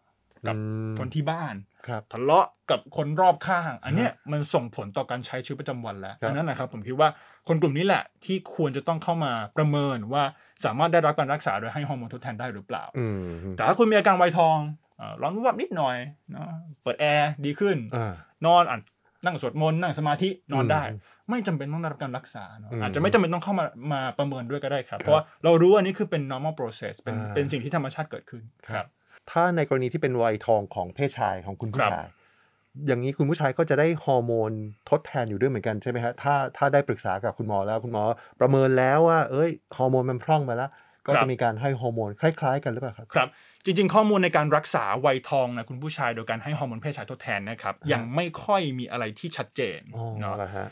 Speaker 2: กับ
Speaker 1: อืม
Speaker 2: คนที่บ้าน
Speaker 1: ครับ
Speaker 2: ทะเลาะกับคนรอบข้าง อันเนี้ยมันส่งผลต่อการใช้ชีวิตประจำวันแล้ว
Speaker 1: ครับ
Speaker 2: ดังนั้นนะครับผมคิดว่าคนกลุ่มนี้แหละที่ควรจะต้องเข้ามาประเมินว่าสามารถได้รับการรักษาโดยให้ฮอร์โมนทดแทนได้หรือเปล่า
Speaker 1: อืม
Speaker 2: แต่ถ้าคุณมีอาการไวยทองเอ่อร้อนวับนิดหน่อยเนาะเปิดแอร์ดีขึ้น
Speaker 1: อ่า
Speaker 2: นอนอ่านนั่งสวดมนต์นั่งสมาธินอนได้
Speaker 1: อืม
Speaker 2: ไม่จำเป็นต้องได้รับการรักษาเนอะ
Speaker 1: อืม
Speaker 2: อาจจะไม่จำเป็นต้องเข้ามามาประเมินด้วยก็ได้ครับ เพราะว่าเรารู้ว่าอันนี้คือเป็น normal process เป็น
Speaker 1: อ่า
Speaker 2: เป็นสิ่งที่ธรรมชาติเกิดขึ้นครับ
Speaker 1: ถ้าในกรณีที่เป็นวัยทองของเพศชายของคุณผู้
Speaker 2: ครับ
Speaker 1: ชาย อย่างนี้คุณผู้ชายก็จะได้ฮอร์โมนทดแทนอยู่ด้วยเหมือนกันใช่ไหมฮะถ้าถ้าได้ปรึกษากับคุณหมอแล้วคุณหมอประเมินแล้วว่า เอ้ยฮอร์โมนมันพร่องไปแล้ว ก็จะมีการให้ฮอร์โมนคล้ายๆ กันหรือเปล่าครับ
Speaker 2: ครับจริงๆ ข้อมูลในการรักษาวัยทองนะคุณผู้ชายโดยการให้ฮอร์โมนเพศชายทดแทนนะครับ
Speaker 1: ฮะ
Speaker 2: ยังไม่ค่อยมีอะไรที่ชัดเจน
Speaker 1: อ๋อ
Speaker 2: เนาะ
Speaker 1: เหรอฮะ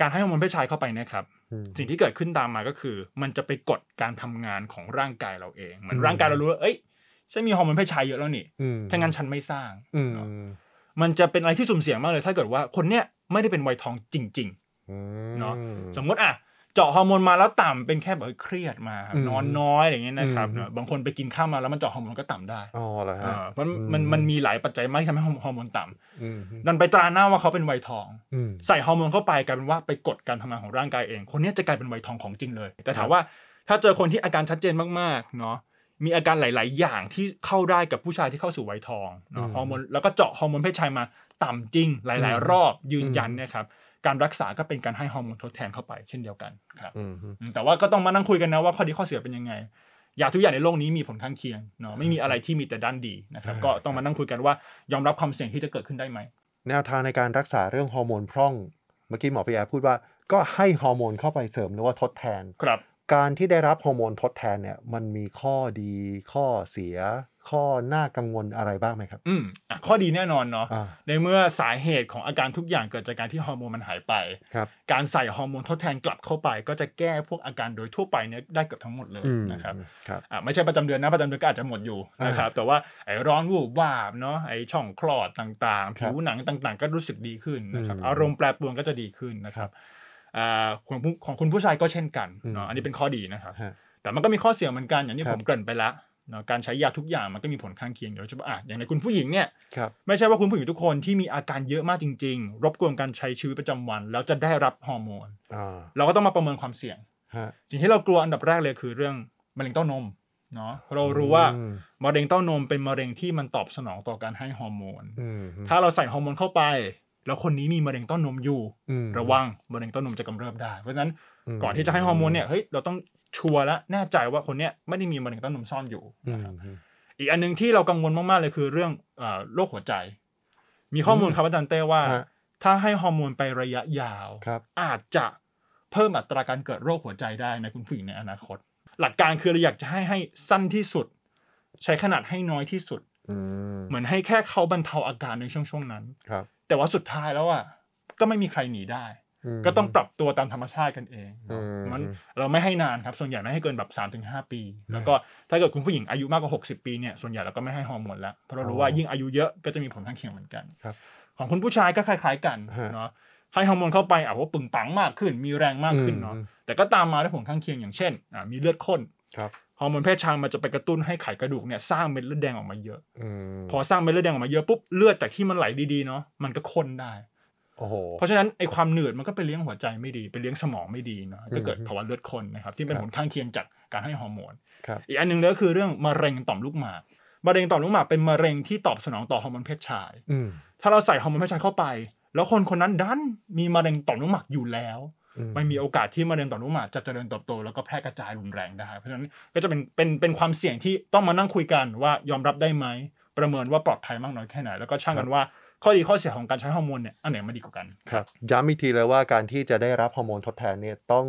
Speaker 2: การให้ฮอร์โมนเพศชายเข้าไปนะครับ
Speaker 1: อืม
Speaker 2: สิ่งที่เกิดขึ้นตามมาก็คือ มันจะไปกดการทำงานของร่างกายเราเองเหมือน
Speaker 1: อืม
Speaker 2: ร่างกายเรารู้ว่าเอ้ยฉันมีฮอร์โมนเพศชายเยอะแล้วนี่
Speaker 1: อืม
Speaker 2: ถ้างั้นฉันไม่สร้าง
Speaker 1: อืม
Speaker 2: เนาะ มันจะเป็นอะไรที่สุ่มเสี่ยงมากเลย ถ้าเกิดว่าคนเนี้ยไม่ได้เป็นวัยทองจริง
Speaker 1: อืม
Speaker 2: เนาะ ๆ สมมติอ่ะเจาะฮอร์โมนมาแล้วต่ำเป็นแค่แบบเอ้ยเครียดมาครับ
Speaker 1: อืม
Speaker 2: นอนน้อยอะไรอย่างเงี้ยนะครับ
Speaker 1: อืม
Speaker 2: เนอะบางคนไปกินข้าวมาแล้วมันเจาะฮอร์โมนก็ต่ำได้
Speaker 1: อ๋อเหรอฮะ
Speaker 2: อ่าเพราะมันมัน
Speaker 1: อืม
Speaker 2: มันมีหลายปัจจัยมากที่ทำให้ฮอร์โมนฮอร์โมนต่
Speaker 1: อืม
Speaker 2: ำดันไปตราหน้าว่าเขาเป็นวัยทอง
Speaker 1: อืม
Speaker 2: ใส่ฮอร์โมนเข้าไปกลายเป็นว่าไปกดการทำงานของร่างกายเอง คนเนี้ยจะกลายเป็นวัยทองของจริงเลย แต่ถามว่าถ้าเจอคนที่อาการชัดเจนมากๆเนาะมีอาการหลาย ๆ อย่างที่เข้าได้กับผู้ชายที่เข้าสู่วัยทองเนาะ
Speaker 1: อืม
Speaker 2: ฮอร์โมนแล้วก็เจาะฮอร์โมนเพศชายมาต่ำจริง หลาย
Speaker 1: อืม
Speaker 2: ๆ รอบยืนยันเนะครับการรักษาก็เป็นการให้ฮอร์โมนทดแทนเข้าไปเช่นเดียวกันครับ
Speaker 1: อืม
Speaker 2: อืมแต่ว่าก็ต้องมานั่งคุยกันนะว่าข้อดีข้อเสียเป็นยังไงยาทุกอย่างในโลกนี้มีผลข้างเคียงเนาะไม่มีอะไรที่มีแต่ด้านดีนะครับ
Speaker 1: อ่า
Speaker 2: ก็ต้องมานั่งคุยกันว่ายอมรับความเสี่ยงที่จะเกิดขึ้นได้ไหม
Speaker 1: แนวทางในการรักษาเรื่องฮอร์โมนพร่อง เมื่อกี้หมอปิยาพูดว่าก็ให้ฮอร์โมนเข้าไปเสริมหรือว่าทดแทน
Speaker 2: ครับ
Speaker 1: การที่ได้รับฮอร์โมนทดแทนเนี่ยมันมีข้อดีข้อเสีย ข้อน่ากังวลอะไรบ้างไหมครับ
Speaker 2: อืมอ่ะข้อดีแน่นอนเนาะ
Speaker 1: อ่า
Speaker 2: ในเมื่อสาเหตุของอาการทุกอย่างเกิดจากการที่ฮอร์โมนมันหายไป
Speaker 1: ครับ
Speaker 2: การใส่ฮอร์โมนทดแทนกลับเข้าไป ก็จะแก้พวกอาการโดยทั่วไปเนี่ยได้เกือบทั้งหมดเลย
Speaker 1: อืม
Speaker 2: นะครับ
Speaker 1: ครับ
Speaker 2: อ่ะไม่ใช่ประจำเดือนนะประจำเดือนก็อาจจะหมดอยู่
Speaker 1: อ่าน
Speaker 2: นะครับแต่ว่าไอ้ร้อนวูบวาบเนาะไอ้ช่องคลอดต่างๆ
Speaker 1: ครั
Speaker 2: ผิ
Speaker 1: บ
Speaker 2: วหนังต่างๆ ก็รู้สึกดีขึ้นนะครับ
Speaker 1: อืม
Speaker 2: อารมณ์แปรปรวนก็จะดีขึ้นนะครับอ่าของผู้ของคุณผู้ชายก็เช่นกันเนาะ
Speaker 1: อืม
Speaker 2: อันนี้เป็นข้อดีนะครับ
Speaker 1: ฮะ
Speaker 2: แต่มันก็มีข้อเสียเหมือนกันอย่างที่
Speaker 1: ครั
Speaker 2: ผ
Speaker 1: บ
Speaker 2: มเกริ่นไปละเนาะการใช้ยาทุกอย่างมันก็มีผลข้างเคียงเดี๋ยวจะอ่ะอย่างในคุณผู้หญิงเนี่ย
Speaker 1: ครับ
Speaker 2: ไม่ใช่ว่าคุณผู้หญิงทุกคนที่มีอาการเยอะมากจริง ๆ รบกวนการใช้ชีวิตประจำวัน แล้วจะได้รับฮอร์โมน
Speaker 1: อ่า
Speaker 2: เราก็ต้องมาประเมินความเสี่ยง
Speaker 1: ฮะ
Speaker 2: สิ่งที่เรากลัวอันดับแรกเลยคือเรื่องมะเร็งเต้านมเนาะเรารู้ว่า
Speaker 1: อืม
Speaker 2: มะเร็งเต้านมเป็นมะเร็งที่มันตอบสนองต่อการให้ฮอร์โมน
Speaker 1: อืม
Speaker 2: ถ้าเราใส่ฮอร์โมนเข้าไป แล้วคนนี้มีมะเร็งเต้านมอยู่
Speaker 1: อืม
Speaker 2: ระวังมะเร็งเต้านมจะกำเริบได้เพราะฉะนั้น
Speaker 1: ม
Speaker 2: ก่อนที่จะให้ฮอร์โมนเนี่ยเฮ้ยเราต้องชัวร์และแน่ใจว่าคนเนี้ยไม่ได้มีมะเร็งเต้านมซ่อนอยู่
Speaker 1: อื
Speaker 2: นะ
Speaker 1: ม
Speaker 2: ครับ อีกอันหนึ่งที่เรากังวลมาก ๆ เลยคือเรื่องเอ่อโรคหัวใจ มีข้อมูลครับอาจารย์เต้ว่า
Speaker 1: ฮะ
Speaker 2: ถ้าให้ฮอร์โมนไประยะยาว
Speaker 1: ครับ
Speaker 2: อาจจะเพิ่มอัตราการเกิดโรคหัวใจได้นะคุณผู้หญิงในอนาคต หลักการคือเราอยากจะให้ให้สั้นที่สุด ใช้ขนาดให้น้อยที่สุด
Speaker 1: อืม
Speaker 2: เหมือนให้แค่เขาบรรเทาอาการในช่วงช่วงๆนั้น
Speaker 1: ครับ
Speaker 2: แต่ว่าสุดท้ายแล้วอ่ะก็ไม่มีใครหนีได้
Speaker 1: ม
Speaker 2: ก็ต้องปรับตัวตามธรรมชาติกันเองเนอะ
Speaker 1: อืม
Speaker 2: มันเราไม่ให้นานครับส่วนใหญ่ไม่ให้เกินแบบ3าถึงหปี แล้วก็ถ้าเกิดคุณผู้หญิงอายุมากกว่า 60 ปีเนี่ยส่วนใหญ่เราก็ไม่ให้ฮอร์โมนแล้วเพราะเรารู้ว่ายิ่งอายุเยอะก็จะมีผลข้างเคียงเหมือนกัน
Speaker 1: ครับ
Speaker 2: ของคุณผู้ชายก็คล้าย ๆกัน
Speaker 1: ฮะ
Speaker 2: เนาะให้ฮอร์โมนเข้าไปอ่ะว่าปึงปังมากขึ้น มีแรงมากขึ้นเนาะ
Speaker 1: อืม
Speaker 2: แต่ก็ตามมาด้วยผลข้างเคียงอย่างเช่นอ่ะมีเลือดข้น
Speaker 1: ครับ
Speaker 2: ฮอร์โมนเพศชายมันจะไปกระตุ้นให้ไขกระดูกเนี่ยสร้างเม็ดเลือดแดงออกมาเยอะ
Speaker 1: อืม
Speaker 2: พอสร้างเม็ดเลือดแดงออกมาเยอะปุ๊บเลือดจากที่มันไหลดีๆเนาะมันก็ข้นได้
Speaker 1: โอ้โห
Speaker 2: เพราะฉะนั้นไอความเหนืดมันก็ไปเลี้ยงหัวใจไม่ดีไปเลี้ยงสมองไม่ดีเนาะก็เกิดภาวะเลือดข้นนะครับที่เป็นผลข้างเคียงจากการให้ฮอร์โมน
Speaker 1: ครับ
Speaker 2: อีกอันหนึ่งเลยก็คือเรื่องมะเร็งต่อมลูกหมากมะเร็งต่อมลูกหมากเป็นมะเร็งที่ตอบสนองต่อฮอร์โมนเพศชาย
Speaker 1: อืม
Speaker 2: ถ้าเราใส่ฮอร์โมนเพศชายเข้าไป แล้วคนคนนั้นดันมีมะเร็งต่อมลูกหมากอยู่แล้ว
Speaker 1: อื
Speaker 2: มันมีโอกาสที่มะเร็งต่อมลูกหมากจะเจริญเติบโตแล้วก็แพร่กระจายรุนแรงได้เพราะฉะนั้นก็จะเป็นเป็นเป็นความเสี่ยงที่ต้องมานั่งคุยกันว่ายอมรับได้ไหมประเมินว่าปลอดภัยมากน้อยแค่ไหนแล้วก็ช่างกันว่าข้อดีข้อเสียของการใช้ฮอร์โมนเนี่ยอันไหนมาดีกว่ากัน
Speaker 1: ครับย้ำอีกทีเลยว่าการที่จะได้รับฮอร์โมนทดแทนเนี่ยต้อง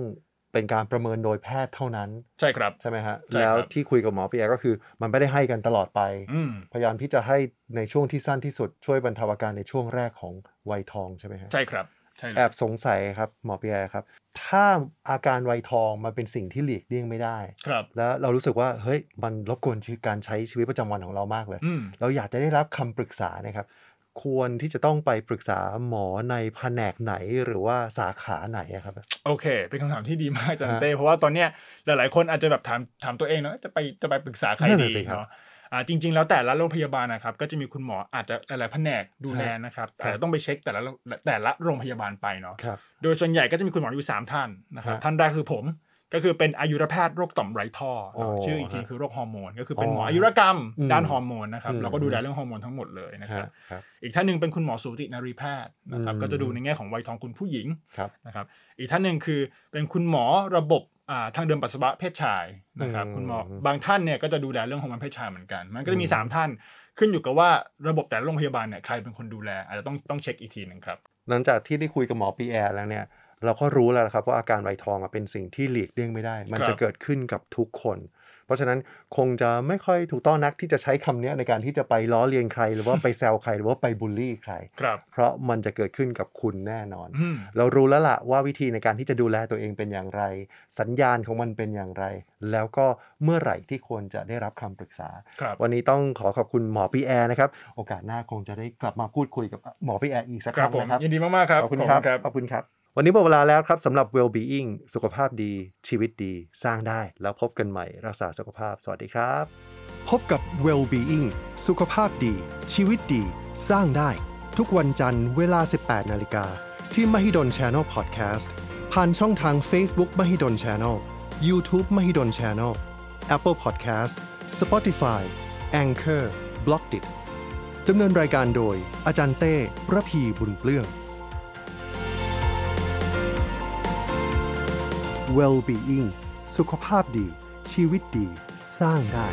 Speaker 1: เป็นการประเมินโดยแพทย์เท่านั้น
Speaker 2: ใช่ครับ
Speaker 1: ใช่ไหมฮะ
Speaker 2: ใช่ครับ
Speaker 1: แล้วที่คุยกับหมอปีแอก็คือ มันไม่ได้ให้กันตลอดไป
Speaker 2: อืม
Speaker 1: พยายามที่จะให้ในช่วงที่สั้นที่สุดช่วยบรรเทาอาการในช่วงแรกของวัยทองใช่ไหมฮะ
Speaker 2: ใช่ครับใช่เล
Speaker 1: แอย บสงสัยครับหมอปีแอครับ ถ้าอาการวัยทองมันเป็นสิ่งที่หลีกเลี่ยงไม่ได้
Speaker 2: ครับ
Speaker 1: แล้วเรารู้สึกว่าเฮ้ยมันรบกวนชีวิตการใช้ชีวิตประจำวันของเรามากเลย
Speaker 2: อืม
Speaker 1: เราอยากจะได้รับคำปรึกษานะครับ ควรที่จะต้องไปปรึกษาหมอในแผนกไหนหรือว่าสาขาไหนอะครับ
Speaker 2: โอเค เป็นคำถามที่ดีมากอาจัน
Speaker 1: ฮะ
Speaker 2: เต้เพราะว่าตอนเนี้ยหลาย ๆ คนอาจจะแบบถามถามตัวเองเนาะจะไปจะไปปรึกษาใคร
Speaker 1: นั่น
Speaker 2: ดี
Speaker 1: น่ะสิครับ
Speaker 2: เนาะอ่าจริง ๆ แล้วแต่ละโรงพยาบาลนะครับก็จะมีคุณหมออาจจะหลายๆแผนกดูแล
Speaker 1: ฮะ
Speaker 2: นะครับ
Speaker 1: ครับ
Speaker 2: อาจจะต้องไปเช็คแต่ละโรงแต่ละโรงพยาบาลไปเนาะ
Speaker 1: ครับ
Speaker 2: โดยส่วนใหญ่ก็จะมีคุณหมออยู่ 3 ท่านนะครับ
Speaker 1: ฮะ
Speaker 2: ท่านแรกคือผมก็คือเป็นอายุรแพทย์โรคต่อมไรท่อเนาะ
Speaker 1: โอ้
Speaker 2: ชื่ออีกที
Speaker 1: ฮะ
Speaker 2: คือโรคฮอร์โมนก็คือเป็นหมอ
Speaker 1: โอ้
Speaker 2: อายุรกรรม
Speaker 1: อืม
Speaker 2: ด้านฮอร์โมนนะครับ
Speaker 1: อืม
Speaker 2: เราก็ดูแลเรื่องฮอร์โมนทั้งหมดเลยนะครับ
Speaker 1: ฮะครับ
Speaker 2: อีกท่านหนึ่งเป็นคุณหมอสูตินรีแพทย์นะครับ
Speaker 1: อืม
Speaker 2: ก็จะดูในแง่ของวัยทองคุณผู้หญิง
Speaker 1: ครับ
Speaker 2: นะครับอีกท่านหนึ่งคือเป็นคุณหมอระบบอ่าทางเดินปัสสาวะเพศชายนะครับ
Speaker 1: อืม
Speaker 2: คุณหมอบางท่านเนี่ยก็จะดูแลเรื่องของมันเพศชายเหมือนกัน มันก็จะมี
Speaker 1: อืม
Speaker 2: 3 ท่าน ขึ้นอยู่กับว่าระบบแต่ละโรงพยาบาลเนี่ยใครเป็นคนดูแลอาจจะต้องต้องเช็คอีกทีหนึ่งครับ
Speaker 1: หลังจากที่ได้คุยกับหมอปีแอร์แล้วเนี่ย เราก็รู้แล้วนะครับว่าอาการไวทองอะเป็นสิ่งที่หลีกเลี่ยงไม่ได้ มัน
Speaker 2: ครับ
Speaker 1: จะเกิดขึ้นกับทุกคน เพราะฉะนั้นคงจะไม่ค่อยถูกต้องนักที่จะใช้คำเนี้ยในการที่จะไปล้อเลียนใคร หรือว่าไปแซวใครหรือว่าไปบูลลี่ใคร
Speaker 2: ครับ
Speaker 1: เพราะมันจะเกิดขึ้นกับคุณแน่นอน
Speaker 2: อืม
Speaker 1: เรารู้แล้วล่ะว่าวิธีในการที่จะดูแลตัวเองเป็นอย่างไร สัญญาณของมันเป็นอย่างไร แล้วก็เมื่อไหร่ที่ควรจะได้รับคำปรึกษา
Speaker 2: ครับ
Speaker 1: วันนี้ต้องขอขอบคุณหมอปีแอร์นะครับ โอกาสหน้าคงจะได้กลับมาพูดคุยกับหมอปีแอร์อีกสัก
Speaker 2: ค
Speaker 1: ค
Speaker 2: รั
Speaker 1: รั้
Speaker 2: บ
Speaker 1: ง
Speaker 2: ผม
Speaker 1: นะครับ
Speaker 2: ยินดีมากๆครับ
Speaker 1: ขอบคุณครับ ขอบคุณครับ วันนี้หมดเวลาแล้วครับสำหรับ Well-being สุขภาพดี ชีวิตดี สร้างได้ แล้วพบกันใหม่รักษาสุขภาพ สวัสดีครับ พบกับ Well-being สุขภาพดี ชีวิตดี สร้างได้ ทุกวันจันทร์เวลา 18 นาฬิกา ที่ Mahidol Channel Podcast ผ่านช่องทาง Facebook Mahidol Channel YouTube Mahidol Channel Apple Podcast Spotify Anchor b l o c k d i t ดำเนินรายการโดย อาจารย์เต้ระพีบุญเปลื้อง Well-being สุขภาพดี ชีวิตดี สร้างได้